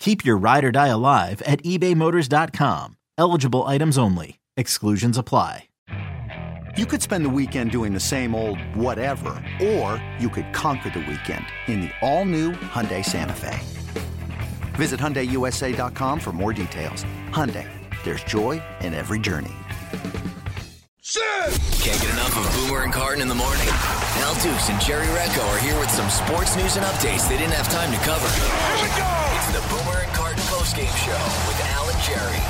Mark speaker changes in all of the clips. Speaker 1: Keep your ride or die alive at ebaymotors.com. Eligible items only. Exclusions apply.
Speaker 2: You could spend the weekend doing the same old whatever, or you could conquer the weekend in the all-new Hyundai Santa Fe. Visit HyundaiUSA.com for more details. Hyundai, there's joy in every journey.
Speaker 3: Can't get enough of Boomer and Carton in the morning. Al Dukes and Jerry Recco are here with some sports news and updates they didn't have time to cover. Here we go! It's the Boomer and Carton postgame show with Al and Jerry.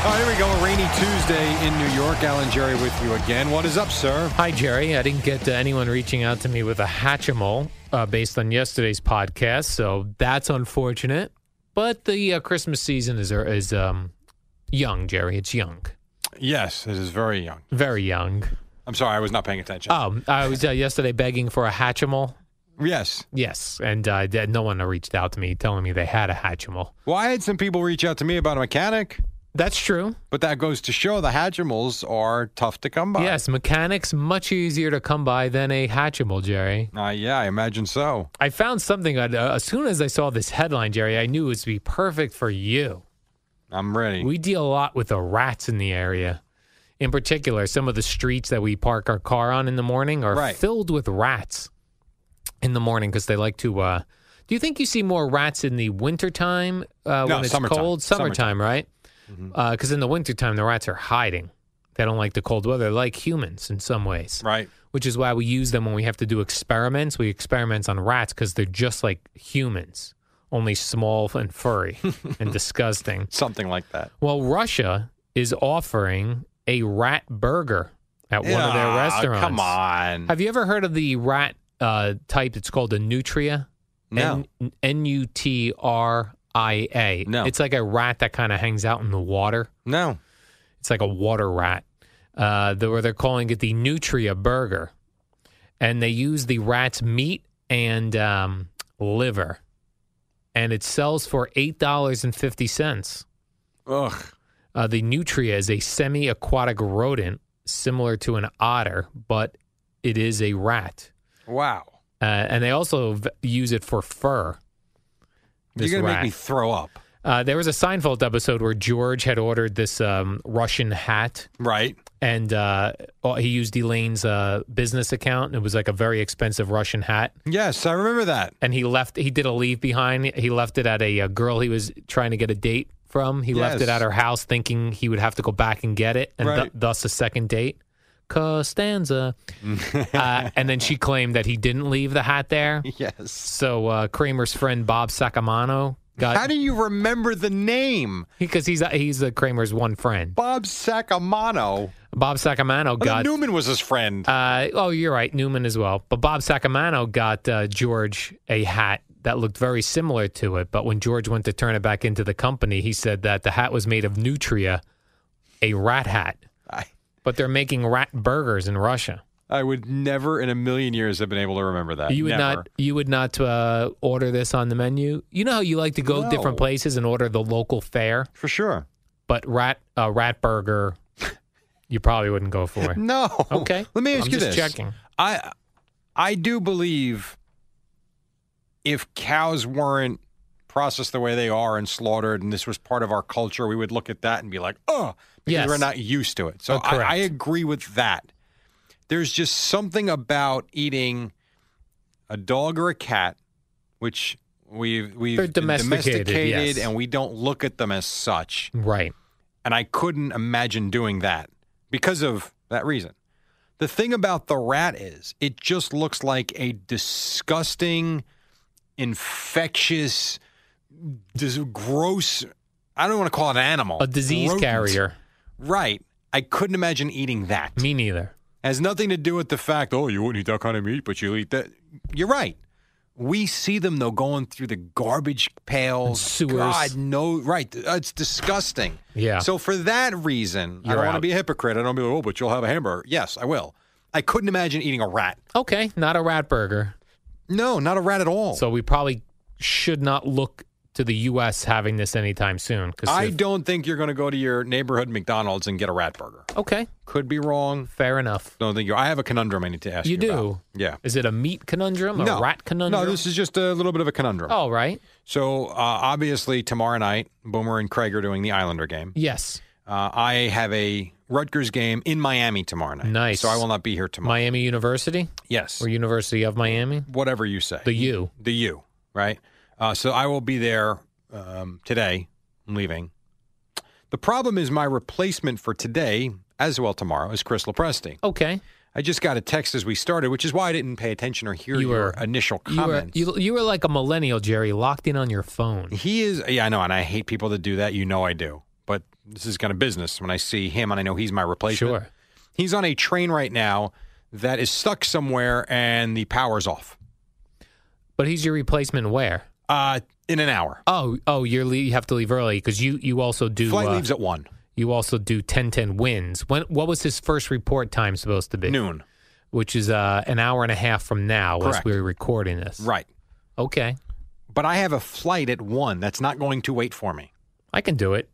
Speaker 4: Oh, here we go. A rainy Tuesday in New York. Alan Jerry with you again. What is up, sir?
Speaker 5: Hi, Jerry. I didn't get uh, anyone reaching out to me with a Hatchimal uh, based on yesterday's podcast, so that's unfortunate. But the uh, Christmas season is is um, young, Jerry. It's young,
Speaker 4: Yes, it is very young.
Speaker 5: very young.
Speaker 4: I'm sorry, I was not paying attention.
Speaker 5: Um, I was uh, yesterday begging for a Hatchimal.
Speaker 4: yes.
Speaker 5: Yes, and uh, that- no one reached out to me telling me they had a Hatchimal.
Speaker 4: Well, I had some people reach out to me about a mechanic,
Speaker 5: That's true.
Speaker 4: but that goes to show the Hatchimals are tough to come by.
Speaker 5: Yes, mechanics much easier to come by than a Hatchimal, Jerry.
Speaker 4: Uh, yeah, I imagine so.
Speaker 5: I found something. i uh, as soon as I saw this headline, Jerry, I knew it would be perfect for you.
Speaker 4: I'm ready.
Speaker 5: We deal a lot with the rats in the area. In particular, some of the streets that we park our car on in the morning are
Speaker 4: Right.
Speaker 5: filled with rats in the morning because they like to. Uh, do you think you see more rats in the wintertime uh,
Speaker 4: No,
Speaker 5: when it's
Speaker 4: summertime. Mm-hmm.
Speaker 5: cold? Summertime, right? Because in the wintertime, the rats are hiding. They don't like the cold weather, They like humans in some ways,
Speaker 4: right.
Speaker 5: which is why we use them when we have to do experiments. We experiments on rats because they're just like humans, only small and furry and disgusting.
Speaker 4: Something like that.
Speaker 5: Well, Russia is offering a rat burger at one of their
Speaker 4: Ah,
Speaker 5: restaurants.
Speaker 4: Come on.
Speaker 5: Have you ever heard of the rat uh, type? It's called a nutria.
Speaker 4: no.
Speaker 5: N- N U T R I A.
Speaker 4: No.
Speaker 5: It's like a rat that kind of hangs out in the water.
Speaker 4: No.
Speaker 5: It's like a water rat. Uh, they where they're calling it the nutria burger, and they use the rat's meat and um, liver, and it sells for eight dollars and fifty cents.
Speaker 4: Ugh.
Speaker 5: Uh, the nutria is a semi aquatic rodent similar to an otter, but it is a rat.
Speaker 4: Wow.
Speaker 5: Uh, and they also v- use it for fur. This
Speaker 4: You're gonna
Speaker 5: rat.
Speaker 4: make me throw up.
Speaker 5: Uh, there was a Seinfeld episode where George had ordered this um, Russian hat,
Speaker 4: Right.
Speaker 5: and uh, oh, he used Elaine's uh, business account. It was like a very expensive Russian hat.
Speaker 4: Yes, I remember that.
Speaker 5: and he left he did a leave behind he left it at a, uh girl he was trying to get a date from he left
Speaker 4: Yes.
Speaker 5: it at her house thinking he would have to go back and get it and th-
Speaker 4: Right.
Speaker 5: thus a second date costanza uh, and then she claimed that he didn't leave the hat there
Speaker 4: Yes.
Speaker 5: so uh, kramer's friend bob sacamano
Speaker 4: How
Speaker 5: got
Speaker 4: do you remember the name?
Speaker 5: because he's he's uh, kramer's one friend
Speaker 4: Bob Sacamano.
Speaker 5: bob sacamano
Speaker 4: God.
Speaker 5: got
Speaker 4: Newman was his friend.
Speaker 5: Uh, oh, you're right, Newman as well. But Bob Sacamano got uh, George a hat that looked very similar to it. But when George went to turn it back into the company, he said that the hat was made of nutria, a rat hat.
Speaker 4: I,
Speaker 5: But they're making rat burgers in Russia.
Speaker 4: I would never in a million years have been able to remember that.
Speaker 5: You would
Speaker 4: Uh, Never.
Speaker 5: not, you would not uh, order this on the menu. You know how you like to go
Speaker 4: No.
Speaker 5: different places and order the local fare,
Speaker 4: For sure.
Speaker 5: but rat uh, rat burger, you probably wouldn't go for.
Speaker 4: No.
Speaker 5: Okay.
Speaker 4: Let me ask
Speaker 5: I'm
Speaker 4: you
Speaker 5: just
Speaker 4: this.
Speaker 5: checking.
Speaker 4: I I do believe if cows weren't processed the way they are and slaughtered and this was part of our culture, we would look at that and be like, oh, because
Speaker 5: Yes.
Speaker 4: we're not used to it. So
Speaker 5: Oh,
Speaker 4: I, I
Speaker 5: correct.
Speaker 4: agree with that. There's just something about eating a dog or a cat, which we've
Speaker 5: They're
Speaker 4: we've
Speaker 5: domesticated,
Speaker 4: domesticated
Speaker 5: yes.
Speaker 4: and we don't look at them as such
Speaker 5: Right.
Speaker 4: and I couldn't imagine doing that because of that reason. The thing about the rat is, it just looks like a disgusting, infectious, dis- gross. I don't want to call it an animal.
Speaker 5: A disease
Speaker 4: rodent.
Speaker 5: carrier.
Speaker 4: Right. I couldn't imagine eating that.
Speaker 5: Me neither.
Speaker 4: Has nothing to do with the fact, oh, you wouldn't eat that kind of meat, but you'll eat that. You're right. We see them, though, going through the garbage pails.
Speaker 5: sewers.
Speaker 4: God, no. Right. Uh, It's disgusting.
Speaker 5: Yeah.
Speaker 4: So for that reason, I
Speaker 5: You're
Speaker 4: don't want to
Speaker 5: out.
Speaker 4: be a hypocrite. I don't be like, oh, but you'll have a hamburger. Yes, I will. I couldn't imagine eating a rat.
Speaker 5: Okay, not a rat burger.
Speaker 4: No, not a rat at all.
Speaker 5: So we probably should not look to the U.S. having this anytime soon. Because
Speaker 4: I don't think you're going to go to your neighborhood McDonald's and get a rat burger.
Speaker 5: Okay,
Speaker 4: Could be wrong.
Speaker 5: fair enough.
Speaker 4: Don't think you. I have a conundrum I need to ask you.
Speaker 5: You
Speaker 4: about.
Speaker 5: do.
Speaker 4: Yeah.
Speaker 5: Is it a meat conundrum? A
Speaker 4: no.
Speaker 5: rat conundrum?
Speaker 4: No, this is just a little bit of a conundrum.
Speaker 5: All Oh, right.
Speaker 4: So uh, obviously tomorrow night, Boomer and Craig are doing the Islander game.
Speaker 5: Yes.
Speaker 4: Uh, I have a Rutgers game in Miami tomorrow night.
Speaker 5: Nice.
Speaker 4: So I will not be here tomorrow.
Speaker 5: Miami University
Speaker 4: yes.
Speaker 5: or University of Miami?
Speaker 4: Whatever you say.
Speaker 5: The U.
Speaker 4: the U. Right. Uh, so I will be there um, today. I'm leaving. The problem is my replacement for today, as well tomorrow, is Chris Lopresti.
Speaker 5: Okay.
Speaker 4: I just got a text as we started, which is why I didn't pay attention or hear
Speaker 5: You
Speaker 4: your
Speaker 5: were-
Speaker 4: initial
Speaker 5: You were,
Speaker 4: comments.
Speaker 5: you, you were like a millennial, Jerry, locked in on your phone.
Speaker 4: He is, yeah, I know, and I hate people that do that. You know, I do. But this is kind of business. When I see him, and I know he's my replacement.
Speaker 5: Sure.
Speaker 4: He's on a train right now that is stuck somewhere, and the power's off.
Speaker 5: But he's your replacement where?
Speaker 4: Uh, in an hour,
Speaker 5: Oh, oh, you're le- you have to leave early because you, you also do
Speaker 4: flight
Speaker 5: uh,
Speaker 4: leaves at one
Speaker 5: you also do 10-10 wins. When what was his first report time supposed to be?
Speaker 4: noon.
Speaker 5: Which is uh, an hour and a half from now
Speaker 4: Correct.
Speaker 5: as we're recording this.
Speaker 4: Right,
Speaker 5: Okay,
Speaker 4: but I have a flight at one that's not going to wait for me.
Speaker 5: I can do it.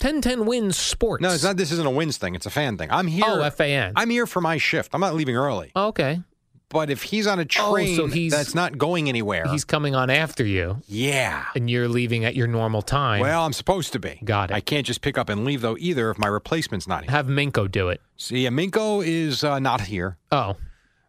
Speaker 5: 10-10 wins sports.
Speaker 4: No, it's not. This isn't a wins thing. It's a fan thing. I'm here.
Speaker 5: Oh, FAN.
Speaker 4: I'm here for my shift. I'm not leaving early.
Speaker 5: okay,
Speaker 4: But if he's on a
Speaker 5: Oh, so
Speaker 4: train
Speaker 5: he's-
Speaker 4: that's not going anywhere,
Speaker 5: he's coming on after you,
Speaker 4: yeah.
Speaker 5: and you're leaving at your normal time.
Speaker 4: Well, I'm supposed to be.
Speaker 5: Got it.
Speaker 4: I can't just pick up and leave though either if my replacement's not here.
Speaker 5: have Minko do it.
Speaker 4: See, Minko is uh, not here.
Speaker 5: Oh,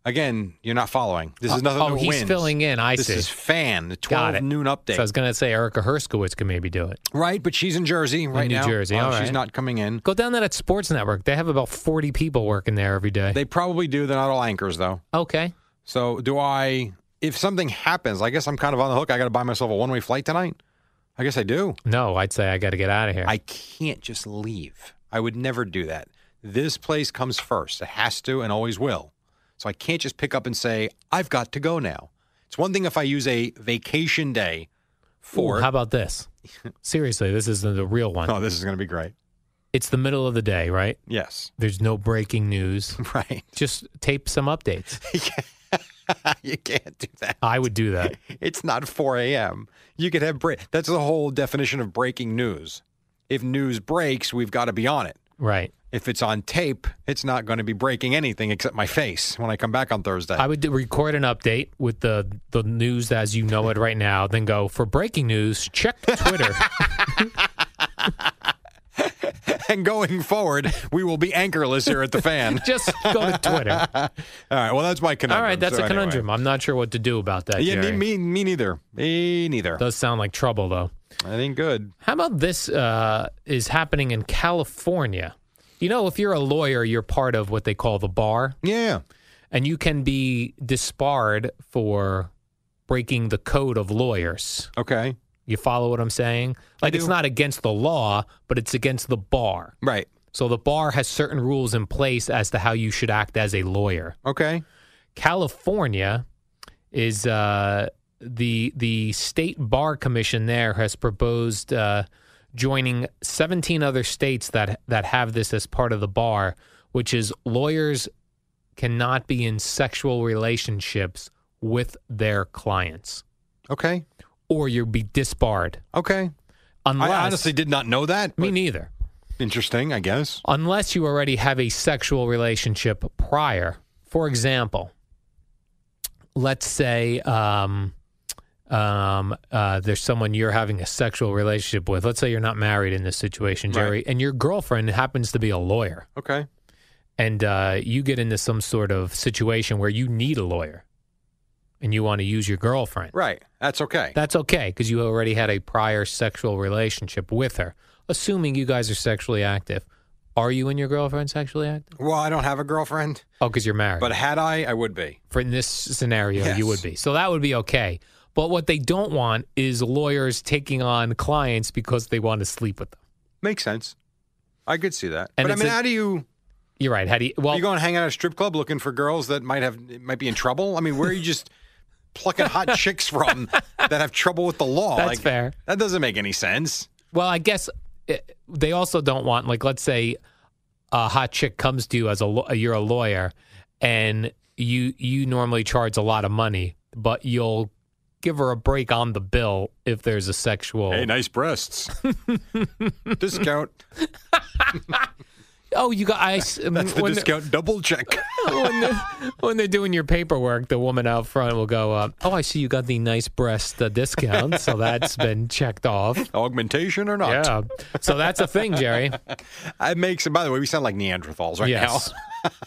Speaker 4: Again, you're not following. This is
Speaker 5: Uh,
Speaker 4: nothing.
Speaker 5: oh,
Speaker 4: to
Speaker 5: he's
Speaker 4: wins.
Speaker 5: filling in. I
Speaker 4: this
Speaker 5: see.
Speaker 4: is fan the 12
Speaker 5: Got it.
Speaker 4: noon update.
Speaker 5: so I was going to say Erica Herskowitz could maybe do it.
Speaker 4: right, but she's in Jersey right
Speaker 5: New
Speaker 4: now.
Speaker 5: Jersey,
Speaker 4: Uh,
Speaker 5: all
Speaker 4: she's
Speaker 5: right.
Speaker 4: not coming in.
Speaker 5: Go down that at Sports Network. They have about 40 people working there every day.
Speaker 4: They probably do. They're not all anchors though.
Speaker 5: okay.
Speaker 4: So do I? If something happens, I guess I'm kind of on the hook. I got to buy myself a one way flight tonight. I guess I do.
Speaker 5: No, I'd say I got to get out of here.
Speaker 4: I can't just leave. I would never do that. This place comes first. It has to and always will. So I can't just pick up and say, I've got to go now. It's one thing if I use a vacation day for.
Speaker 5: Ooh, how about this? Seriously, this is the, the real one.
Speaker 4: oh, this is going to be great.
Speaker 5: It's the middle of the day, right?
Speaker 4: Yes.
Speaker 5: There's no breaking news.
Speaker 4: Right.
Speaker 5: Just tape some updates.
Speaker 4: you can't do that.
Speaker 5: I would do that.
Speaker 4: It's not 4 a.m. You could have break. That's the whole definition of breaking news. If news breaks, we've got to be on it.
Speaker 5: Right.
Speaker 4: If it's on tape, it's not going to be breaking anything except my face when I come back on Thursday.
Speaker 5: I would do, record an update with the the news as you know it right now, then go for breaking news, check Twitter.
Speaker 4: And going forward, we will be anchorless here at the fan.
Speaker 5: Just go to Twitter.
Speaker 4: All right. Well, that's my
Speaker 5: All
Speaker 4: conundrum.
Speaker 5: right, that's
Speaker 4: So
Speaker 5: a
Speaker 4: anyway.
Speaker 5: conundrum. I'm not sure what to do about that.
Speaker 4: Yeah, me,
Speaker 5: Jerry.
Speaker 4: me, me neither. Me neither.
Speaker 5: Does sound like trouble though.
Speaker 4: I think good.
Speaker 5: How about this uh, is happening in California? You know, if you're a lawyer, you're part of what they call the bar,
Speaker 4: Yeah.
Speaker 5: and you can be disbarred for breaking the code of lawyers.
Speaker 4: Okay.
Speaker 5: You follow what I'm saying? Like, it's
Speaker 4: do.
Speaker 5: not against the law, but it's against the bar.
Speaker 4: Right.
Speaker 5: So, the bar has certain rules in place as to how you should act as a lawyer.
Speaker 4: Okay.
Speaker 5: California is uh, the the state bar commission there has proposed uh, joining 17 other states that that have this as part of the bar, which is lawyers cannot be in sexual relationships with their clients,
Speaker 4: Okay.
Speaker 5: or you'll be disbarred.
Speaker 4: Okay.
Speaker 5: Unless
Speaker 4: I honestly did not know that.
Speaker 5: me
Speaker 4: but
Speaker 5: neither.
Speaker 4: Interesting, I guess.
Speaker 5: Unless you already have a sexual relationship prior. For example, let's say um, um, uh, there's someone you're having a sexual relationship with. Let's say you're not married in this situation, Jerry,
Speaker 4: Right.
Speaker 5: and your girlfriend happens to be a lawyer,
Speaker 4: Okay.
Speaker 5: and uh, you get into some sort of situation where you need a lawyer and you want to use your girlfriend.
Speaker 4: Right. That's okay.
Speaker 5: That's okay because you already had a prior sexual relationship with her, assuming you guys are sexually active. Are you and your girlfriend sexually active?
Speaker 4: Well, I don't have a girlfriend,
Speaker 5: Oh, because you're married.
Speaker 4: but had I, I would be.
Speaker 5: for in this scenario,
Speaker 4: Yes.
Speaker 5: you would be. So that would be okay. But what they don't want is lawyers taking on clients because they want to sleep with them.
Speaker 4: Makes sense. I could see that.
Speaker 5: And
Speaker 4: but I
Speaker 5: it's
Speaker 4: mean,
Speaker 5: a-
Speaker 4: how do you
Speaker 5: You're right. How do you? Well,
Speaker 4: you go and hang out at a strip club looking for girls that might have might be in trouble? I mean, where are you just plucking hot chicks from that have trouble with the law?
Speaker 5: That's fair.
Speaker 4: That doesn't make any sense.
Speaker 5: Well, I guess eh, they also don't want like let's say a hot chick comes to you as a law- you're a lawyer and you you normally charge a lot of money, but you'll give her a break on the bill if there's a sexual.
Speaker 4: nice breasts. Oh. discount.
Speaker 5: Oh, you got I s-
Speaker 4: That's the
Speaker 5: when-
Speaker 4: discount. Double check.
Speaker 5: when, they're, when they're doing your paperwork, the woman out front will go, uh, "Oh, I see you got the nice breast uh, discount, so that's been checked off."
Speaker 4: Augmentation or not?
Speaker 5: Yeah, so that's a thing, Jerry.
Speaker 4: It makes. By the way, we sound like Neanderthals right
Speaker 5: Yes.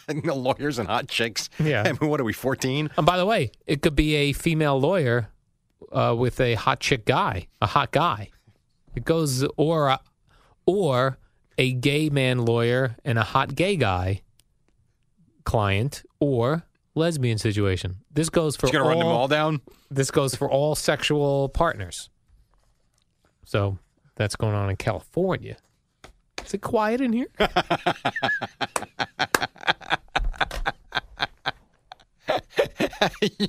Speaker 4: now. the lawyers and hot chicks.
Speaker 5: Yeah.
Speaker 4: I mean, what are we? Fourteen.
Speaker 5: And by the way, it could be a female lawyer uh, with a hot chick guy, a hot guy. It goes or a, or a gay man lawyer and a hot gay guy client or lesbian situation. This goes for
Speaker 4: She's gonna
Speaker 5: all,
Speaker 4: run them all down.
Speaker 5: this goes for all sexual partners. So that's going on in California. Is it quiet in here?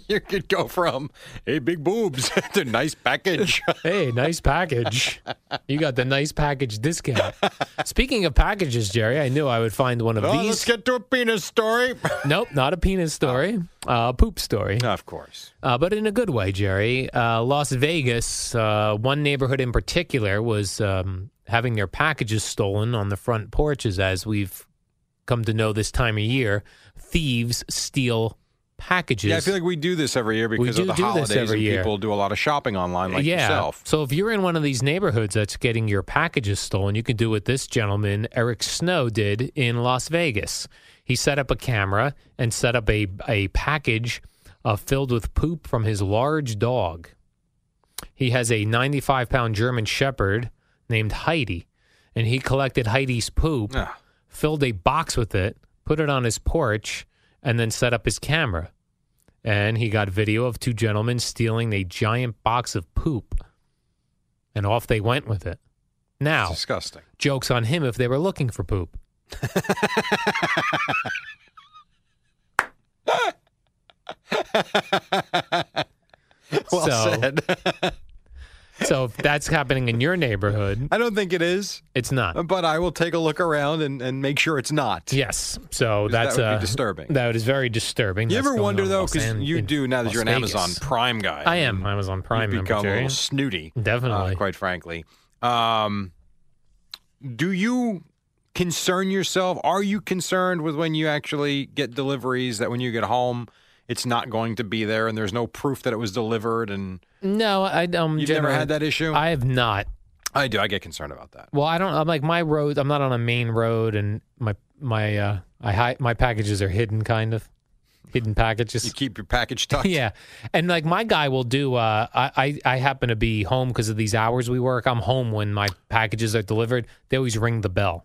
Speaker 4: you could go from hey big boobs to nice package.
Speaker 5: Hey, nice package. you got the nice package discount. Speaking of packages, Jerry, I knew I would find one of
Speaker 4: Oh,
Speaker 5: these.
Speaker 4: let's get to a penis story.
Speaker 5: nope, not a penis story, uh, a poop story,
Speaker 4: of course.
Speaker 5: uh, but in a good way, Jerry. Uh, Las Vegas, uh, one neighborhood in particular was um, having their packages stolen on the front porches, as we've come to know this time of year. Thieves steal packages.
Speaker 4: Yeah, I feel like we do this every year because
Speaker 5: do
Speaker 4: of the
Speaker 5: do this
Speaker 4: holidays
Speaker 5: every
Speaker 4: and
Speaker 5: year.
Speaker 4: people do a lot of shopping online like
Speaker 5: yeah.
Speaker 4: yourself.
Speaker 5: So if you're in one of these neighborhoods that's getting your packages stolen, you can do what this gentleman, Eric Snow, did in Las Vegas. He set up a camera and set up a, a package uh, filled with poop from his large dog. He has a 95 pound German Shepherd named Heidi, and he collected Heidi's poop
Speaker 4: Ah,
Speaker 5: filled a box with it, put it on his porch, and then set up his camera. And he got video of two gentlemen stealing a giant box of poop. And off they went with
Speaker 4: it's
Speaker 5: it. Now,
Speaker 4: disgusting.
Speaker 5: joke's on him if they were looking for poop.
Speaker 4: Well
Speaker 5: So-
Speaker 4: said.
Speaker 5: So if that's happening in your neighborhood,
Speaker 4: I don't think it is,
Speaker 5: it's not.
Speaker 4: but I will take a look around and, and make sure it's not.
Speaker 5: Yes. So
Speaker 4: 'Cause
Speaker 5: that's
Speaker 4: that would
Speaker 5: uh,
Speaker 4: be disturbing.
Speaker 5: That is very disturbing.
Speaker 4: you
Speaker 5: That's
Speaker 4: ever
Speaker 5: going
Speaker 4: wonder
Speaker 5: on in
Speaker 4: though,
Speaker 5: Los
Speaker 4: because
Speaker 5: An-
Speaker 4: you
Speaker 5: in
Speaker 4: do now that you're an
Speaker 5: Las Vegas.
Speaker 4: Amazon Prime guy.
Speaker 5: I am Amazon Prime
Speaker 4: You've
Speaker 5: member,
Speaker 4: become a
Speaker 5: Jerry.
Speaker 4: little snooty,
Speaker 5: Definitely.
Speaker 4: uh, quite frankly. Um, do you concern yourself? Are you concerned with when you actually get deliveries that when you get home, it's not going to be there and there's no proof that it was delivered? And
Speaker 5: No, I um.
Speaker 4: you've
Speaker 5: generally-
Speaker 4: never had that issue.
Speaker 5: I have not.
Speaker 4: I do. I get concerned about that.
Speaker 5: Well, I don't. I'm like my road. I'm not on a main road, and my my uh, I hi, my packages are hidden, kind of hidden
Speaker 4: You
Speaker 5: packages.
Speaker 4: keep your package tucked.
Speaker 5: yeah, and like my guy will do. Uh, I, I I happen to be home because of these hours we work. I'm home when my packages are delivered. They always ring the bell.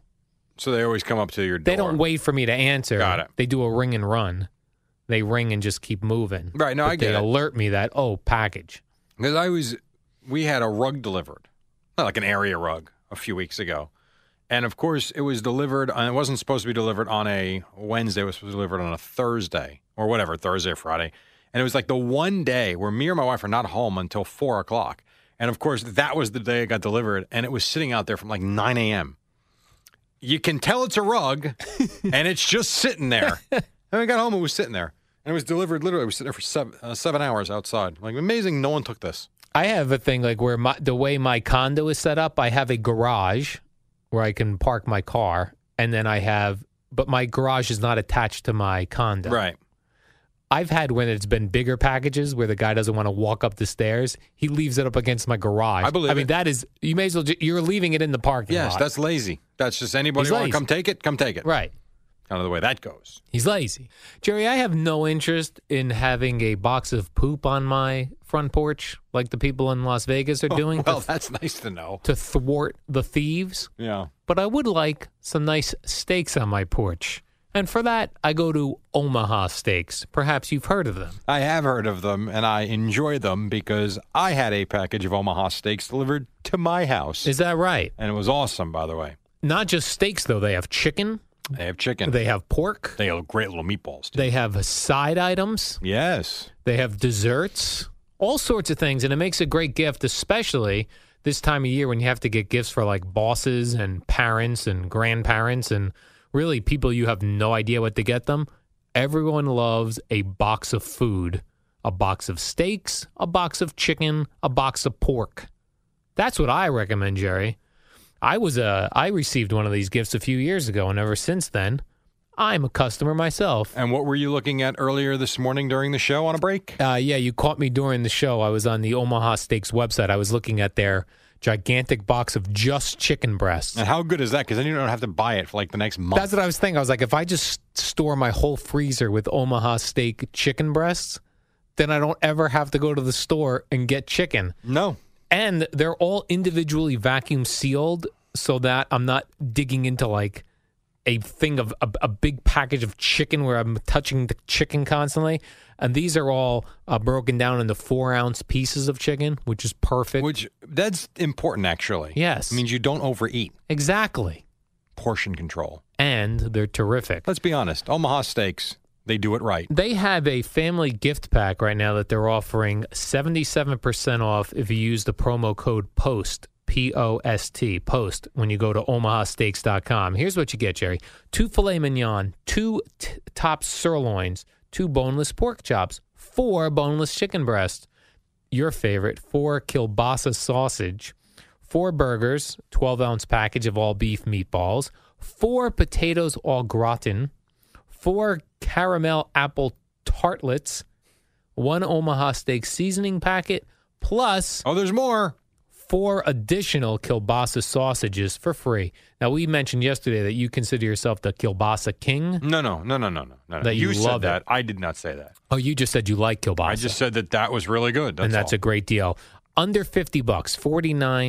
Speaker 4: So they always come up to your door.
Speaker 5: They don't wait for me to answer.
Speaker 4: Got it.
Speaker 5: They do a ring and run. They ring and just keep moving.
Speaker 4: Right, no,
Speaker 5: But
Speaker 4: I get
Speaker 5: They
Speaker 4: it.
Speaker 5: alert me that oh package.
Speaker 4: Because I was, we had a rug delivered, not like an area rug, a few weeks ago. And of course, it was delivered, and it wasn't supposed to be delivered on a Wednesday. It was supposed to be delivered on a Thursday or whatever, Thursday or Friday. And it was like the one day where me or my wife are not home until four o'clock. And of course, that was the day it got delivered, and it was sitting out there from like 9 a.m. You can tell it's a rug, and it's just sitting there. and when I got home, it was sitting there. And it was delivered literally, it was sitting there for seven, uh, seven hours outside. Like, amazing, no one took this.
Speaker 5: I have a thing like where my the way my condo is set up, I have a garage where I can park my car and then I have but my garage is not attached to my condo.
Speaker 4: Right.
Speaker 5: I've had when it's been bigger packages where the guy doesn't want to walk up the stairs, he leaves it up against my garage.
Speaker 4: I believe
Speaker 5: I mean
Speaker 4: it.
Speaker 5: that is you may as well ju- you're leaving it in the parking
Speaker 4: Yes,
Speaker 5: lot.
Speaker 4: that's lazy. That's just anybody
Speaker 5: He's
Speaker 4: want to
Speaker 5: lazy.
Speaker 4: come take it, come take it.
Speaker 5: right.
Speaker 4: Kind of the way that goes.
Speaker 5: He's lazy. Jerry, I have no interest in having a box of poop on my front porch like the people in Las Vegas are doing
Speaker 4: well,
Speaker 5: to,
Speaker 4: that's nice to know.
Speaker 5: to thwart the thieves,
Speaker 4: Yeah.
Speaker 5: but I would like some nice steaks on my porch. And for that, I go to Omaha Steaks. Perhaps you've heard of them.
Speaker 4: I have heard of them and I enjoy them because I had a package of Omaha steaks delivered to my house.
Speaker 5: Is that right?
Speaker 4: and it was awesome, by the way.
Speaker 5: Not just steaks, though. They have chicken,
Speaker 4: They have chicken.
Speaker 5: they have pork,
Speaker 4: They have great little meatballs. too.
Speaker 5: they have side items.
Speaker 4: yes.
Speaker 5: They have desserts, all sorts of things, and it makes a great gift, especially this time of year when you have to get gifts for like bosses and parents and grandparents and really people you have no idea what to get them. Everyone loves a box of food, a box of steaks, a box of chicken, a box of pork. That's what I recommend, Jerry. I was a I received one of these gifts a few years ago and ever since then, I'm a customer myself.
Speaker 4: And what were you looking at earlier this morning during the show on a break?
Speaker 5: Uh, yeah, you caught me during the show. I was on the Omaha Steaks website. I was looking at their gigantic box of just chicken breasts.
Speaker 4: And how good is that? Because then you don't have to buy it for like the next month.
Speaker 5: That's what I was thinking. I was like, if I just store my whole freezer with Omaha steak chicken breasts, then I don't ever have to go to the store and get chicken.
Speaker 4: no.
Speaker 5: And they're all individually vacuum sealed so that I'm not digging into like a thing of a, a big package of chicken where I'm touching the chicken constantly. And these are all uh, broken down into four ounce pieces of chicken, which is perfect.
Speaker 4: Which that's important actually.
Speaker 5: Yes.
Speaker 4: It means you don't overeat.
Speaker 5: exactly.
Speaker 4: Portion control.
Speaker 5: And they're terrific.
Speaker 4: Let's be honest. Omaha steaks, they do it right.
Speaker 5: They have a family gift pack right now that they're offering 77% off if you use the promo code POST, P O S T, POST, when you go to omahasteaks.com. Here's what you get, Jerry two filet mignon, two t- top sirloins, two boneless pork chops, four boneless chicken breasts, your favorite, four kielbasa sausage, four burgers, 12 ounce package of all beef meatballs, four potatoes all gratin four caramel apple tartlets, one Omaha steak seasoning packet, plus
Speaker 4: Oh, there's more.
Speaker 5: four additional kielbasa sausages for free. Now we mentioned yesterday that you consider yourself the kielbasa king.
Speaker 4: No, no, no, no, no, no, no.
Speaker 5: That you
Speaker 4: said
Speaker 5: love it.
Speaker 4: that. I did not say that.
Speaker 5: Oh, you just said you like kielbasa.
Speaker 4: I just said that that was really good. That's
Speaker 5: and that's
Speaker 4: all.
Speaker 5: a great deal. Under 50 bucks,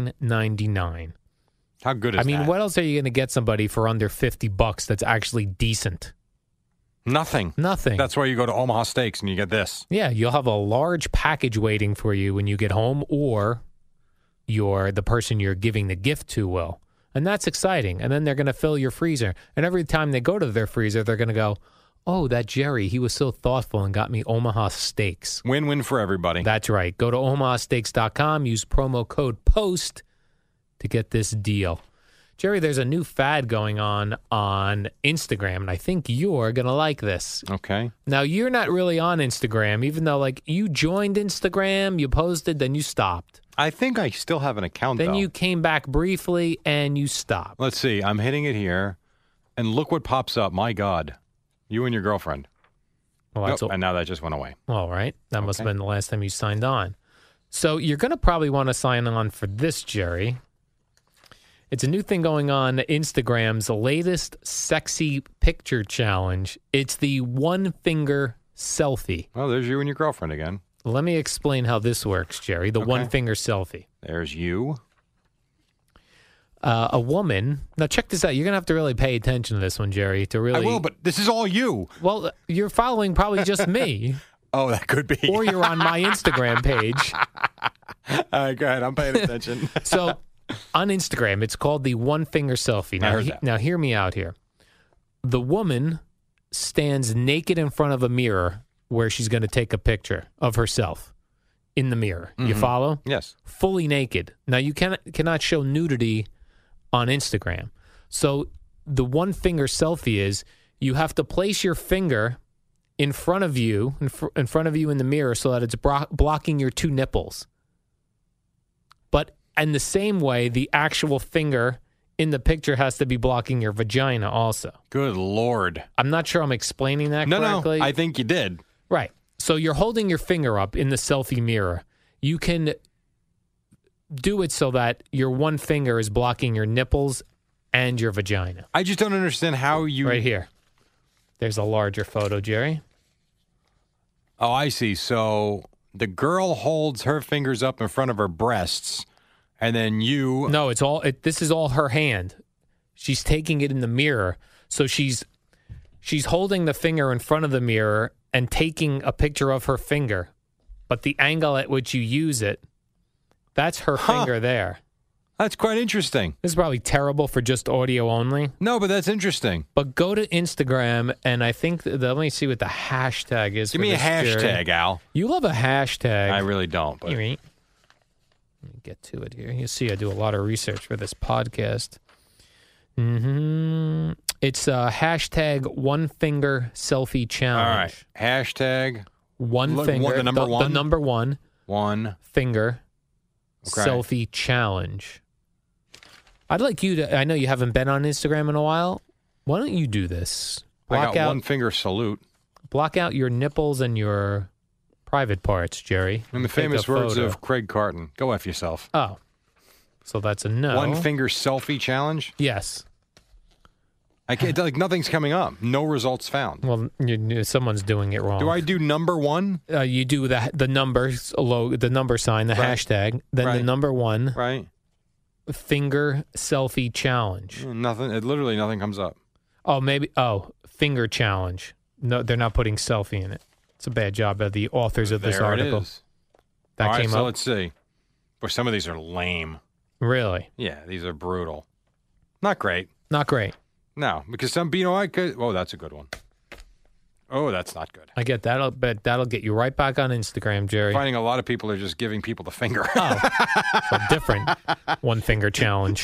Speaker 5: 49.99.
Speaker 4: How good is
Speaker 5: I mean,
Speaker 4: that?
Speaker 5: what else are you going to get somebody for under 50 bucks that's actually decent?
Speaker 4: Nothing.
Speaker 5: Nothing.
Speaker 4: That's why you go to Omaha Steaks and you get this.
Speaker 5: Yeah, you'll have a large package waiting for you when you get home, or your the person you're giving the gift to will, and that's exciting. And then they're going to fill your freezer, and every time they go to their freezer, they're going to go, "Oh, that Jerry, he was so thoughtful and got me Omaha steaks."
Speaker 4: Win win for everybody.
Speaker 5: That's right. Go to omahasteaks.com, use promo code POST to get this deal. Jerry, there's a new fad going on on Instagram, and I think you're going to like this.
Speaker 4: okay.
Speaker 5: Now you're not really on Instagram, even though like you joined Instagram, you posted, then you stopped,
Speaker 4: I think I still have an account
Speaker 5: then
Speaker 4: though.
Speaker 5: you came back briefly and you stopped.
Speaker 4: Let's see. I'm hitting it here. And look what pops up. My God. You and your girlfriend.
Speaker 5: Well, that's
Speaker 4: Nope,
Speaker 5: all,
Speaker 4: and now that just went away.
Speaker 5: all right. That must have
Speaker 4: Okay.
Speaker 5: been the last time you signed on. So you're gonna probably want to sign on for this, Jerry. It's a new thing going on Instagram's latest sexy picture challenge. It's the one finger selfie.
Speaker 4: Oh, there's you and your girlfriend again.
Speaker 5: Let me explain how this works, Jerry. The
Speaker 4: Okay.
Speaker 5: one finger selfie.
Speaker 4: There's you.
Speaker 5: uh, a woman. Now check this out. You're gonna have to really pay attention to this one, Jerry, to
Speaker 4: I
Speaker 5: really.
Speaker 4: will, but this is all you.
Speaker 5: well, uh, you're following probably just me,
Speaker 4: Oh, that could be.
Speaker 5: or you're on my Instagram page.
Speaker 4: all right, go ahead. I'm paying attention.
Speaker 5: So on Instagram, it's called the one finger selfie. Now,
Speaker 4: heard that.
Speaker 5: now hear me out here. The woman stands naked in front of a mirror where she's going to take a picture of herself in the mirror. You
Speaker 4: Mm-hmm.
Speaker 5: follow?
Speaker 4: yes.
Speaker 5: fully naked. Now you can cannot show nudity on Instagram. So the one finger selfie is you have to place your finger in front of you in, fr- in front of you in the mirror so that it's bro- blocking your two nipples. But in the same way the actual finger in the picture has to be blocking your vagina also.
Speaker 4: Good Lord.
Speaker 5: I'm not sure I'm explaining that
Speaker 4: No,
Speaker 5: correctly.
Speaker 4: no. I think you did.
Speaker 5: Right. So you're holding your finger up in the selfie mirror. You can do it so that your one finger is blocking your nipples and your vagina.
Speaker 4: I just don't understand how you
Speaker 5: right here. There's a larger photo, Jerry.
Speaker 4: Oh, I see. So the girl holds her fingers up in front of her breasts, and then you.
Speaker 5: No, it's all. It, this is all her hand. She's taking it in the mirror, so she's she's holding the finger in front of the mirror and taking a picture of her finger, but the angle at which you use it, that's her
Speaker 4: Huh.
Speaker 5: finger there.
Speaker 4: That's quite interesting.
Speaker 5: This is probably terrible for just audio only,
Speaker 4: No, but that's interesting.
Speaker 5: but go to Instagram and I think the, let me see what the hashtag is.
Speaker 4: Give
Speaker 5: for
Speaker 4: me a
Speaker 5: this, Jerry.
Speaker 4: hashtag, Al.
Speaker 5: You love a hashtag.
Speaker 4: I really don't. But
Speaker 5: All right. Let me get to it here. You see, I do a lot of research for this podcast. hmm It's uh, hashtag one finger selfie
Speaker 4: all
Speaker 5: challenge.
Speaker 4: right. Hashtag
Speaker 5: One
Speaker 4: Look,
Speaker 5: finger,
Speaker 4: one- the number
Speaker 5: the
Speaker 4: one?
Speaker 5: number one
Speaker 4: one.
Speaker 5: finger
Speaker 4: Okay.
Speaker 5: selfie challenge. I'd like you to. I know you haven't been on Instagram in a while. Why don't you do this?
Speaker 4: I
Speaker 5: Block
Speaker 4: got
Speaker 5: out,
Speaker 4: one finger salute.
Speaker 5: block out your nipples and your private parts, Jerry.
Speaker 4: In the
Speaker 5: Take a
Speaker 4: famous words
Speaker 5: photo.
Speaker 4: of Craig Carton, go F yourself.
Speaker 5: oh, so that's a no.
Speaker 4: One finger selfie challenge.
Speaker 5: Yes.
Speaker 4: I can't, like nothing's coming up. No results found.
Speaker 5: Well, you, you- someone's doing it wrong.
Speaker 4: Do I do number one?
Speaker 5: Uh, you do the the numbers low, the number sign, the
Speaker 4: Right.
Speaker 5: hashtag, then the
Speaker 4: Right.
Speaker 5: number one
Speaker 4: Right.
Speaker 5: finger selfie challenge.
Speaker 4: Mm, Nothing. It, literally nothing comes up.
Speaker 5: Oh, maybe. Oh, finger challenge. No, they're not putting selfie in it. It's a bad job of the authors of this
Speaker 4: There
Speaker 5: article.
Speaker 4: It is.
Speaker 5: That
Speaker 4: All right,
Speaker 5: came
Speaker 4: so
Speaker 5: up.
Speaker 4: let's see. Boy, some of these are lame.
Speaker 5: Really,
Speaker 4: Yeah, these are brutal. Not great.
Speaker 5: not great.
Speaker 4: No, because some, you know, I could. Oh, that's a good one. Oh, that's not good.
Speaker 5: I get that'll but that'll get you right back on Instagram, Jerry.
Speaker 4: Finding a lot of people are just giving people the finger.
Speaker 5: Oh. So different one finger challenge.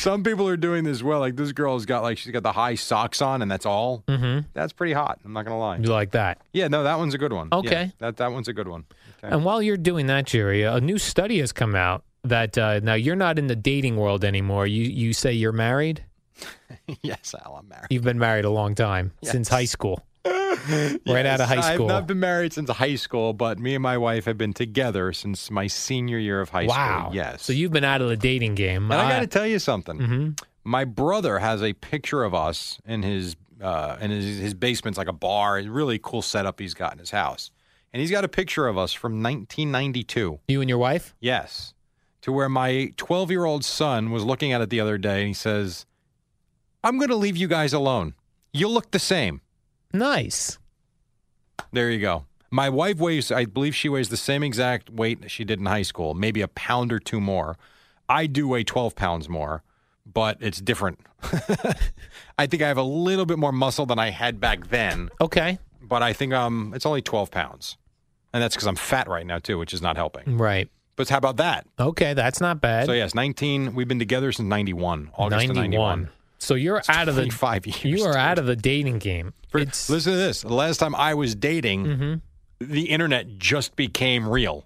Speaker 4: some people are doing this well. Like this girl's got like she's got the high socks on, and that's all.
Speaker 5: Mm-hmm.
Speaker 4: That's pretty hot. I'm not gonna lie.
Speaker 5: You like that?
Speaker 4: Yeah, no, that one's a good one. Yeah,
Speaker 5: Okay.
Speaker 4: that that one's a good one. Okay.
Speaker 5: And while you're doing that, Jerry, a new study has come out that uh, now you're not in the dating world anymore. You you say you're married. Oh.
Speaker 4: yes, Al, I'm married.
Speaker 5: You've been married a long time since high school. right out
Speaker 4: Yes,
Speaker 5: of high school.
Speaker 4: I've not been married since high school, but me and my wife have been together since my senior year of high
Speaker 5: wow.
Speaker 4: school. Yes.
Speaker 5: So you've been out of the dating game.
Speaker 4: And I got to tell you something.
Speaker 5: hmm
Speaker 4: My brother has a picture of us in his uh, in his, his basement's like a bar. A really cool setup he's got in his house, and he's got a picture of us from 1992.
Speaker 5: You and your wife?
Speaker 4: Yes, to where my 12 year old son was looking at it the other day, and he says, "I'm going to leave you guys alone. You look the same."
Speaker 5: Nice.
Speaker 4: There you go. My wife weighs, I believe she weighs the same exact weight that she did in high school, maybe a pound or two more. I do weigh 12 pounds more, but it's different. I think I have a little bit more muscle than I had back then,
Speaker 5: Okay.
Speaker 4: but I think um, it's only 12 pounds. And that's because I'm fat right now, too, which is not helping.
Speaker 5: Right.
Speaker 4: But how about that?
Speaker 5: Okay, that's not bad.
Speaker 4: So, yes, 19, we've been together since 91, August of 91.
Speaker 5: So you're out of the
Speaker 4: 25 years.
Speaker 5: you are out of the dating game.
Speaker 4: For-
Speaker 5: It's-
Speaker 4: listen to this. The last time I was dating,
Speaker 5: Mhm.
Speaker 4: the internet just became real.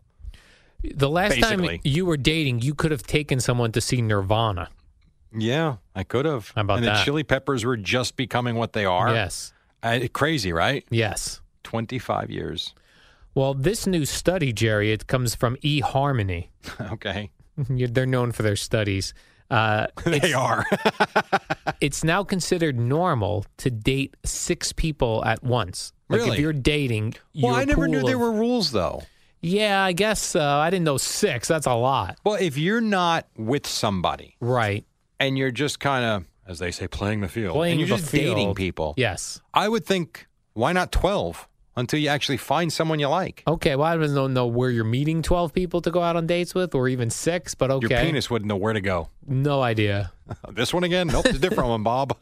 Speaker 5: the last time
Speaker 4: basically.
Speaker 5: you were dating, you could have taken someone to see Nirvana.
Speaker 4: Yeah, I could have.
Speaker 5: How about
Speaker 4: and
Speaker 5: that?
Speaker 4: the chili peppers were just becoming what they are.
Speaker 5: Yes.
Speaker 4: I- crazy, right?
Speaker 5: Yes.
Speaker 4: 25 years.
Speaker 5: Well, this new study, Jerry, it comes from eHarmony.
Speaker 4: okay.
Speaker 5: You- They're known for their studies. Uh,
Speaker 4: They are.
Speaker 5: it's now considered normal to date six people at once. Like if
Speaker 4: Really?
Speaker 5: you're dating,
Speaker 4: well,
Speaker 5: your
Speaker 4: I never knew
Speaker 5: pool
Speaker 4: there
Speaker 5: of-
Speaker 4: were rules, though.
Speaker 5: Yeah, I guess uh, I didn't know six. That's a lot,
Speaker 4: Well, if you're not with somebody
Speaker 5: right?
Speaker 4: and you're just kind of, as they say, playing the field,
Speaker 5: Playing
Speaker 4: and you're
Speaker 5: the
Speaker 4: just dating
Speaker 5: field.
Speaker 4: people,
Speaker 5: Yes.
Speaker 4: I would think, why not 12 until you actually find someone you like?
Speaker 5: Okay. Well, I don't know where you're meeting twelve people to go out on dates with, or even six. But Oh, okay,
Speaker 4: Your penis wouldn't know where to go.
Speaker 5: no idea.
Speaker 4: This one again? Nope, it's a different one, Bob.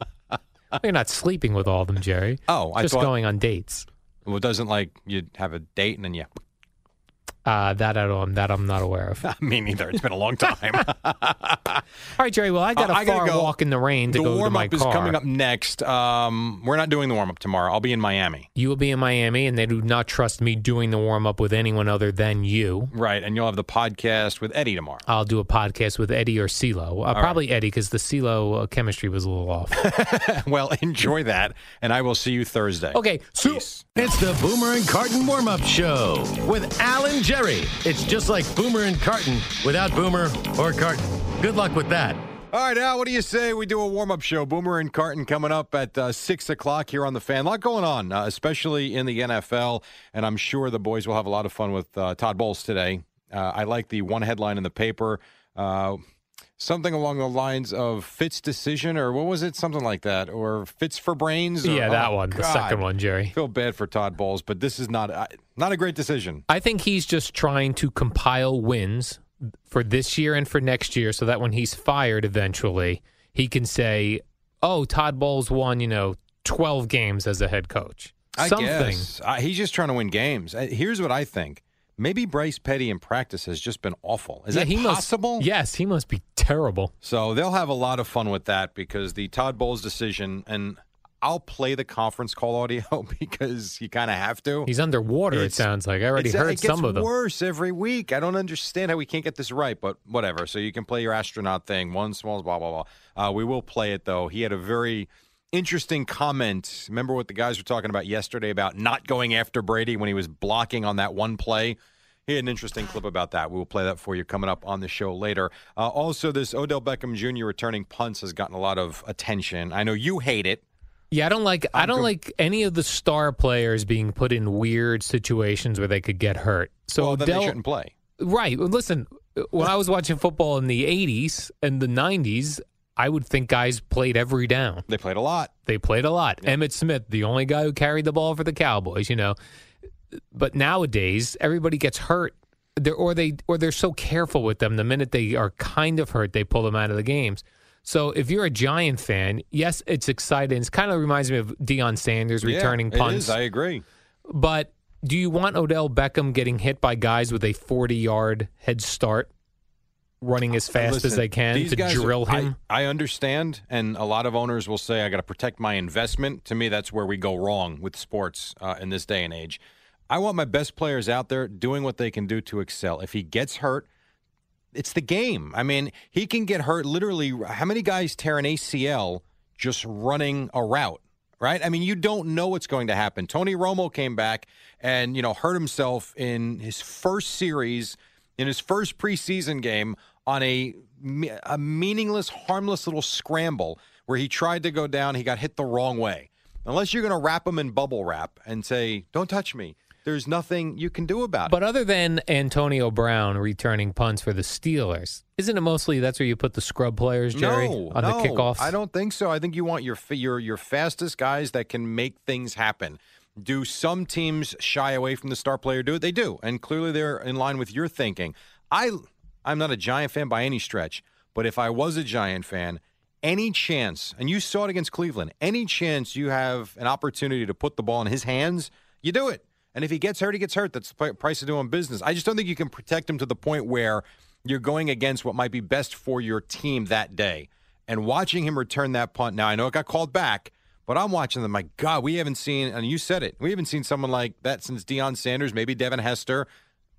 Speaker 5: You're not sleeping with all of them, Jerry.
Speaker 4: Oh, I
Speaker 5: just
Speaker 4: thought-
Speaker 5: going on dates.
Speaker 4: Well, it doesn't like you have a date and then you
Speaker 5: Uh, that I don't. That I'm not aware of. All
Speaker 4: Me neither. It's been a long time.
Speaker 5: right, Jerry. Well, I got a
Speaker 4: Uh, I gotta
Speaker 5: far
Speaker 4: go.
Speaker 5: walk in the rain to
Speaker 4: the
Speaker 5: go to
Speaker 4: warm
Speaker 5: my
Speaker 4: up
Speaker 5: car.
Speaker 4: is coming up next. Um, we're not doing the warm up tomorrow. I'll be in Miami.
Speaker 5: You will be in Miami, and they do not trust me doing the warm up with anyone other than you.
Speaker 4: Right. And you'll have the podcast with Eddie tomorrow.
Speaker 5: I'll do a podcast with Eddie or CeeLo. Uh, probably Eddie because the CeeLo uh, chemistry was a little off.
Speaker 4: well, enjoy that. And I will see you Thursday.
Speaker 5: okay, so
Speaker 6: It's the Boomer and Carton warm up show with Al and Jerry. It's just like Boomer and Carton without Boomer or Carton. Good luck with that.
Speaker 4: All right, Al, what do you say we do a warm up show? Boomer and Carton coming up at uh, 6 o'clock here on the fan. A lot going on, uh, especially in the NFL, and I'm sure the boys will have a lot of fun with uh, Todd Bowles today. Uh, I like the one headline in the paper. Uh, Something along the lines of Fitz decision, or what was it? Something like that, or Fitz for brains. Or,
Speaker 5: yeah, that
Speaker 4: one,
Speaker 5: one, the second one, Jerry.
Speaker 4: Feel bad for Todd Bowles, but this is not uh, not a great decision.
Speaker 5: I think he's just trying to compile wins for this year and for next year so that when he's fired eventually, he can say, oh, Todd Bowles won, you know, 12 games as a head coach.
Speaker 4: I
Speaker 5: Something.
Speaker 4: guess. Uh, he's just trying to win games. Uh, Here's what I think. Maybe Bryce Petty in practice has just been awful. Is
Speaker 5: Yeah,
Speaker 4: that
Speaker 5: he must-
Speaker 4: possible?
Speaker 5: yes, he must be terrible.
Speaker 4: So they'll have a lot of fun with that because the Todd Bowles decision, and I'll play the conference call audio because you kind of have to.
Speaker 5: He's underwater, it
Speaker 4: It's-
Speaker 5: sounds like. I already
Speaker 4: It's- uh,
Speaker 5: heard
Speaker 4: it gets
Speaker 5: some of them.
Speaker 4: worse every week. I don't understand how we can't get this right, but whatever. So you can play your astronaut thing, one small, blah, blah, blah. Uh, we will play it, though. He had a very interesting comment. Remember what the guys were talking about yesterday about not going after Brady when he was blocking on that one play? He had an interesting clip about that. We will play that for you coming up on the show later. Uh, also, this Odell Beckham Jr. returning punts has gotten a lot of attention. I know you hate it.
Speaker 5: Yeah, I don't like I don't like any of the star players being put in weird situations where they could get hurt. So
Speaker 4: well, then
Speaker 5: Odell-
Speaker 4: they shouldn't play.
Speaker 5: Right. Well, Listen, when I was watching football in the 80s and the 90s, I would think guys played every down.
Speaker 4: They played a lot.
Speaker 5: They played a lot. Emmett Smith, the only guy who carried the ball for the Cowboys, you know. But nowadays, everybody gets hurt. They're, or they or they're so careful with them the minute they are kind of hurt, they pull them out of the games. So if you're a Giant fan, yes, it's exciting. It kind of reminds me of Deion Sanders
Speaker 4: Yeah,
Speaker 5: returning
Speaker 4: it is.
Speaker 5: punts.
Speaker 4: I agree.
Speaker 5: But do you want Odell Beckham getting hit by guys with a 40 yard head start running as fast as
Speaker 4: Listen,
Speaker 5: they can
Speaker 4: these
Speaker 5: to
Speaker 4: guys-
Speaker 5: drill him?
Speaker 4: I, I understand, and a lot of owners will say, "I got to protect my investment." To me, that's where we go wrong with sports uh, in this day and age. I want my best players out there doing what they can do to excel. If he gets hurt, it's the game. I mean, he can get hurt literally. How many guys tear an ACL just running a route? Right? I mean, you don't know what's going to happen. Tony Romo came back and, you know, hurt himself in his first series, in his first preseason game on a, me- a meaningless, harmless little scramble where he tried to go down. He got hit the wrong way. Unless you're going to wrap him in bubble wrap and say, don't touch me, there's nothing you can do about it.
Speaker 5: But other than Antonio Brown returning punts for the Steelers, isn't it mostly that's where you put the scrub players, Jerry,
Speaker 4: no,
Speaker 5: on
Speaker 4: no,
Speaker 5: the kickoffs?
Speaker 4: I don't think so. I think you want your fa- your your fastest guys that can make things happen. Do some teams shy away from the star player? Do it? They do, and clearly they're in line with your thinking. I I'm not a Giant fan by any stretch, but if I was a Giant fan, any chance, and you saw it against Cleveland, any chance you have an opportunity to put the ball in his hands, you do it. And if he gets hurt, he gets hurt. That's the pri- price of doing business. I just don't think you can protect him to the point where you're going against what might be best for your team that day. And watching him return that punt now, I know it got called back, but I'm watching them. My God, we haven't seen, and you said it, we haven't seen someone like that since Deion Sanders, maybe Devin Hester.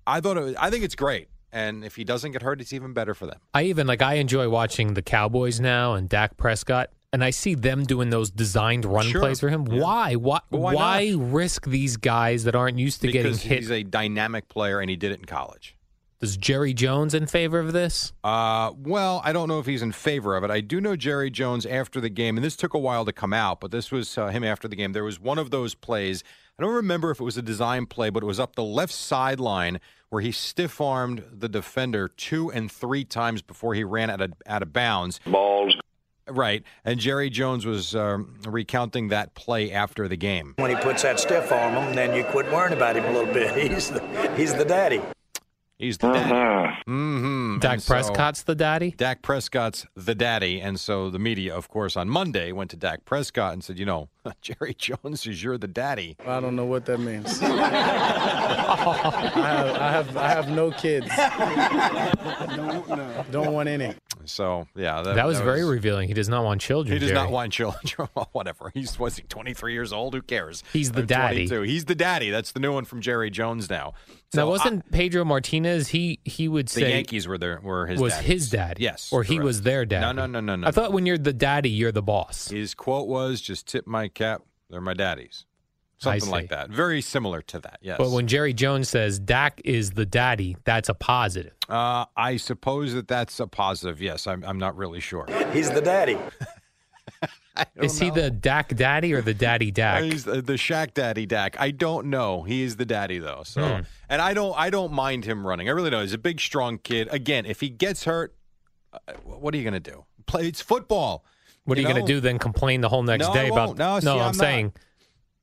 Speaker 4: I thought it was, I think it's great. And if he doesn't get hurt, it's even better for them.
Speaker 5: I even like I enjoy watching the Cowboys now and Dak Prescott, and I see them doing those designed run
Speaker 4: Sure.
Speaker 5: plays for him.
Speaker 4: Yeah.
Speaker 5: Why? Why?
Speaker 4: But why
Speaker 5: risk these guys that aren't used to
Speaker 4: because
Speaker 5: getting hit?
Speaker 4: he's a dynamic player, and he did it in college.
Speaker 5: Is Jerry Jones in favor of this?
Speaker 4: Uh, well, I don't know if he's in favor of it. I do know Jerry Jones after the game, and this took a while to come out, but this was uh, him after the game. There was one of those plays. I don't remember if it was a design play, but it was up the left sideline where he stiff armed the defender two and three times before he ran out of, out of bounds.
Speaker 7: balls.
Speaker 4: Right. And Jerry Jones was um, recounting that play after the game.
Speaker 7: When he puts that stiff on him, then you quit worrying about him a little bit. He's the, he's the daddy.
Speaker 4: He's the daddy. Mm-hmm.
Speaker 5: Dak
Speaker 4: And so-
Speaker 5: Prescott's the daddy.
Speaker 4: Dak Prescott's the daddy. And so the media, of course, on Monday went to Dak Prescott and said, you know, Jerry Jones is you're the daddy.
Speaker 8: I don't know what that means. I, have, I have I have no kids. Don't, no, don't want any.
Speaker 4: So, yeah.
Speaker 5: That was very revealing. He does not want children.
Speaker 4: He does
Speaker 5: Jerry.
Speaker 4: not want children. Well, Whatever. He's was he 23 years old. Who cares?
Speaker 5: He's the
Speaker 4: Or
Speaker 5: daddy.
Speaker 4: 22. He's the daddy. That's the new one from Jerry Jones now.
Speaker 5: Now
Speaker 4: So I-
Speaker 5: wasn't Pedro Martinez? He he would
Speaker 4: the
Speaker 5: say
Speaker 4: Yankees were their were his
Speaker 5: was
Speaker 4: daddies.
Speaker 5: his dad.
Speaker 4: Yes,
Speaker 5: or he
Speaker 4: correct.
Speaker 5: was their dad.
Speaker 4: No, no, no, no, no.
Speaker 5: I thought when you're the daddy, you're the boss.
Speaker 4: his quote was, "Just tip my cap. They're my daddies."
Speaker 5: I
Speaker 4: something
Speaker 5: see.
Speaker 4: like that. Very similar to that. Yes.
Speaker 5: But when Jerry Jones says Dak is the daddy, that's a positive.
Speaker 4: uh, I suppose that that's a positive. Yes, I'm. I'm not really sure.
Speaker 7: He's the daddy.
Speaker 5: Is he the Dak daddy or the daddy Dak?
Speaker 4: He's the, the Shaq Daddy Dak. I don't know. He is the daddy though. So,
Speaker 5: Hmm.
Speaker 4: and I don't. I don't mind him running. I really don't. He's a big, strong kid. Again, if he gets hurt, uh, what are you going to do? Play. It's football.
Speaker 5: What are you, going
Speaker 4: know?
Speaker 5: to do then? Complain the whole next
Speaker 4: No, I
Speaker 5: day about?
Speaker 4: won't. No, see,
Speaker 5: I'm,
Speaker 4: I'm not.
Speaker 5: saying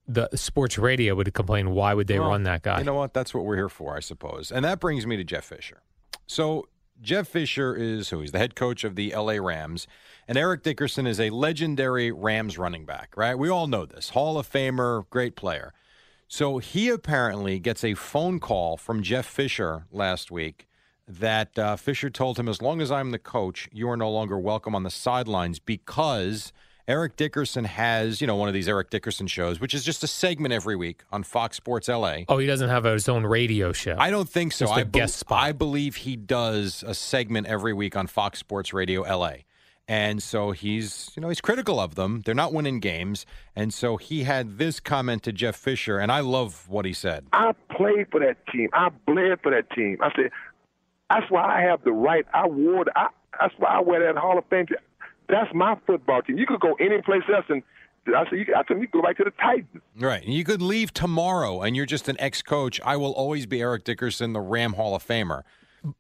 Speaker 5: the sports radio would complain. Why would they
Speaker 4: Well,
Speaker 5: run that guy?
Speaker 4: You know what? That's what we're here for, I suppose. And that brings me to Jeff Fisher. So Jeff Fisher is who? He's the head coach of the LA Rams. And Eric Dickerson is a legendary Rams running back, right? We all know this. Hall of Famer, great player. So he apparently gets a phone call from Jeff Fisher last week that uh, Fisher told him, as long as I'm the coach, you are no longer welcome on the sidelines because Eric Dickerson has, you know, one of these Eric Dickerson shows, which is just a segment every week on Fox Sports LA.
Speaker 5: oh, he doesn't have his own radio show.
Speaker 4: I don't think so.
Speaker 5: Just a
Speaker 4: I
Speaker 5: guest spot.
Speaker 4: I believe he does a segment every week on Fox Sports Radio LA. And so he's, you know, he's critical of them. They're not winning games. And so he had this comment to Jeff Fisher, and I love what he said.
Speaker 9: I played for that team. I bled for that team. I said, that's why I have the right. I wore. The, I, that's why I wear that Hall of Fame. jacket. That's my football team. You could go any place else, and I said, you, I said, you could go back to the Titans.
Speaker 4: Right. You could leave tomorrow and you're just an ex coach. I will always be Eric Dickerson, the Ram Hall of Famer.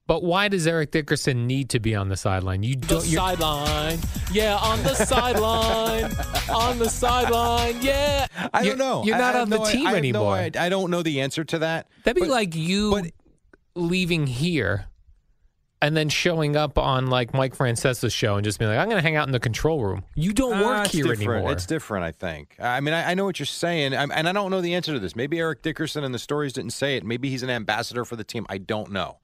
Speaker 5: But why does Eric Dickerson need to be on the sideline? You don't. you're-
Speaker 10: sideline. Yeah, on the sideline. on the sideline. Yeah.
Speaker 4: I
Speaker 5: You're-
Speaker 4: don't know.
Speaker 5: you're
Speaker 4: I-
Speaker 5: not
Speaker 4: I have
Speaker 5: on the
Speaker 4: no- I
Speaker 5: team
Speaker 4: have no
Speaker 5: anymore.
Speaker 4: id- I don't know the answer to that.
Speaker 5: That'd be
Speaker 4: But-
Speaker 5: like you
Speaker 4: but-
Speaker 5: leaving here and then showing up on like Mike Francesa's show and just being like, "I'm going to hang out in the control room." You don't
Speaker 4: Ah,
Speaker 5: work
Speaker 4: it's
Speaker 5: here
Speaker 4: different.
Speaker 5: anymore.
Speaker 4: It's different, I think. I mean, I, I know what you're saying, I, and I don't know the answer to this. Maybe Eric Dickerson and the stories didn't say it. Maybe he's an ambassador for the team. I don't know.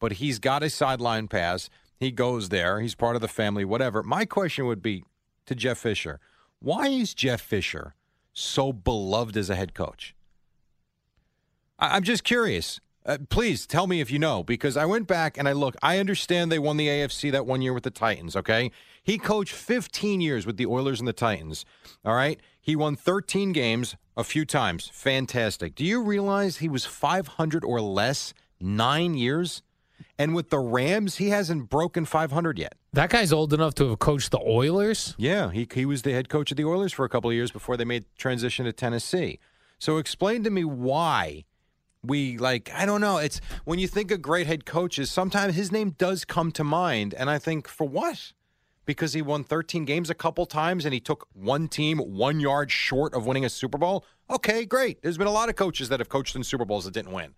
Speaker 4: But he's got a sideline pass. He goes there. He's part of the family, whatever. My question would be to Jeff Fisher why is Jeff Fisher so beloved as a head coach? I, I'm just curious. Uh, please tell me if you know, because I went back and I look. I understand they won the AFC that one year with the Titans. Okay, he coached 15 years with the Oilers and the Titans. All right, he won 13 games a few times. Fantastic. Do you realize he was 500 or less nine years? And with the Rams, he hasn't broken 500 yet.
Speaker 5: that guy's old enough to have coached the Oilers.
Speaker 4: Yeah, he he was the head coach of the Oilers for a couple of years before they made transition to Tennessee. So explain to me why we like I don't know. It's when you think of great head coaches, sometimes his name does come to mind, and I think for what? Because he won 13 games a couple times and he took one team one yard short of winning a Super Bowl. Okay, great. There's been a lot of coaches that have coached in Super Bowls that didn't win.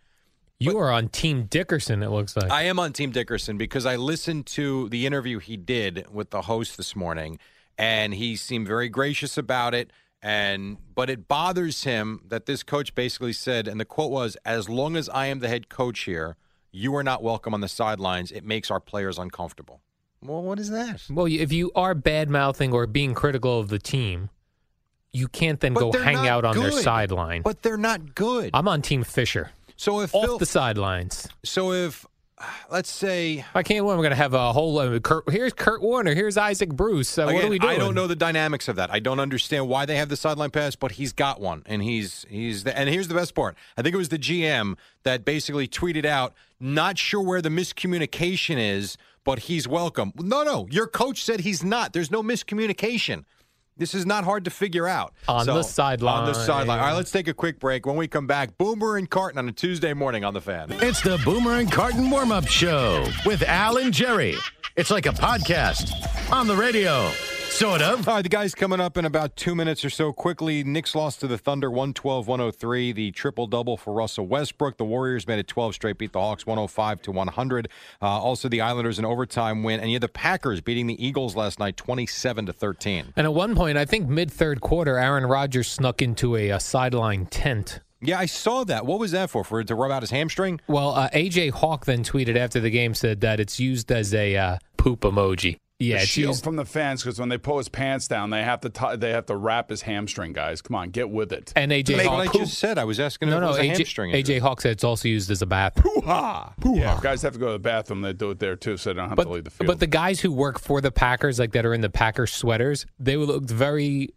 Speaker 5: You are on Team Dickerson. It looks like.
Speaker 4: I am on Team Dickerson because I listened to the interview he did with the host this morning, and he seemed very gracious about it. And but it bothers him that this coach basically said, and the quote was, "As long as I am the head coach here, you are not welcome on the sidelines. It makes our players uncomfortable." Well, what is that?
Speaker 5: Well, if you are bad mouthing or being critical of the team, you can't then go
Speaker 4: they're
Speaker 5: hang
Speaker 4: not
Speaker 5: out on their
Speaker 4: good.
Speaker 5: sideline.
Speaker 4: But they're not good.
Speaker 5: I'm on Team Fisher.
Speaker 4: so if
Speaker 5: Off
Speaker 4: Phil,
Speaker 5: the sidelines.
Speaker 4: so if let's say
Speaker 5: I can't win. We're going to have a whole. Uh, Kurt, here's Kurt Warner. Here's Isaac Bruce. Uh, what are
Speaker 4: Again,
Speaker 5: we doing?
Speaker 4: I don't know the dynamics of that. I don't understand why they have the sideline pass, but he's got one, and he's he's the, and here's the best part. I think it was the GM that basically tweeted out, "Not sure where the miscommunication is, but he's welcome." No, no, your coach said he's not. There's no miscommunication. This is not hard to figure out.
Speaker 5: On the
Speaker 4: On the
Speaker 5: sideline.
Speaker 4: sideline. All right, let's take a quick break. When we come back, Boomer and Carton on a Tuesday morning on the fan.
Speaker 6: It's the Boomer and Carton warm up show with Al and Jerry. It's like a podcast on the radio, sort of.
Speaker 4: All right, the guy's coming up in about two minutes or so. Quickly, Knicks lost to the Thunder 112 103. The triple double for Russell Westbrook. The Warriors made it 12 straight, beat the Hawks 105 to 100. Uh, also, the Islanders an overtime win. And you had the Packers beating the Eagles last night 27 to 13.
Speaker 5: And at one point, I think mid third quarter, Aaron Rodgers snuck into a, uh sideline tent.
Speaker 4: Yeah, I saw that. What was that for? For to rub out his hamstring?
Speaker 5: Well, uh, AJ Hawk then tweeted after the game said that it's used as a uh, poop emoji. Yeah, it's
Speaker 10: Shield
Speaker 5: used,
Speaker 10: from the fans because when they pull his pants down, they have to t- they have to wrap his hamstring. Guys, come on, get with it.
Speaker 5: and AJ
Speaker 4: That's
Speaker 5: Hawk.
Speaker 4: what I just said. I was asking
Speaker 5: no,
Speaker 4: if it
Speaker 5: no,
Speaker 4: was a
Speaker 5: AJ,
Speaker 4: hamstring. injury.
Speaker 5: AJ Hawk said it's also used as a bath.
Speaker 10: Yeah, if guys have to go to the bathroom. They do it there too, so they don't have
Speaker 5: But
Speaker 10: to leave the
Speaker 5: but
Speaker 10: field.
Speaker 5: the guys who work for the Packers, like that are in the Packers sweaters, they looked very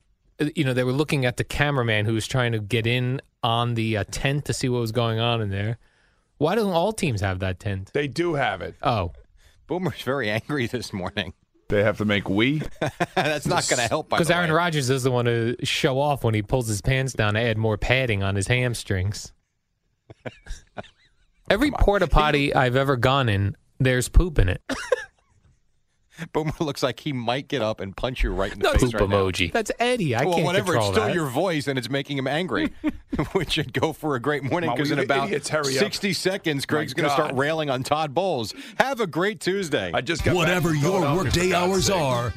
Speaker 5: uh, you know, they were looking at the cameraman who was trying to get in on the uh, tent to see what was going on in there. Why don't all teams have that tent?
Speaker 10: They do have it.
Speaker 5: Oh,
Speaker 4: Boomer's very angry this morning.
Speaker 10: They have to make we.
Speaker 4: That's not going to help. by
Speaker 5: because
Speaker 4: the
Speaker 5: Aaron
Speaker 4: way.
Speaker 5: Rodgers doesn't want to show off when he pulls his pants down to add more padding on his hamstrings. Every porta potty I've ever gone in, there's poop in it.
Speaker 4: Boomer looks like he might get up and punch you right in the
Speaker 5: No,
Speaker 4: face.
Speaker 5: poop
Speaker 4: right now.
Speaker 5: emoji. That's Eddie. I
Speaker 4: well,
Speaker 5: can't
Speaker 4: whatever.
Speaker 5: control
Speaker 4: it's still
Speaker 5: that.
Speaker 4: your voice, and it's making him angry, which should go for a great morning
Speaker 10: Come on,
Speaker 4: because
Speaker 10: will
Speaker 4: in
Speaker 10: you
Speaker 4: about
Speaker 10: idiots hurry up?
Speaker 4: sixty seconds, Greg's going to start
Speaker 10: God.
Speaker 4: railing on Todd Bowles. Have a great Tuesday.
Speaker 10: I just got back
Speaker 11: Whatever
Speaker 10: from
Speaker 11: your
Speaker 10: Philadelphia,
Speaker 11: workday
Speaker 10: for God's
Speaker 11: hours
Speaker 10: sake.
Speaker 11: are,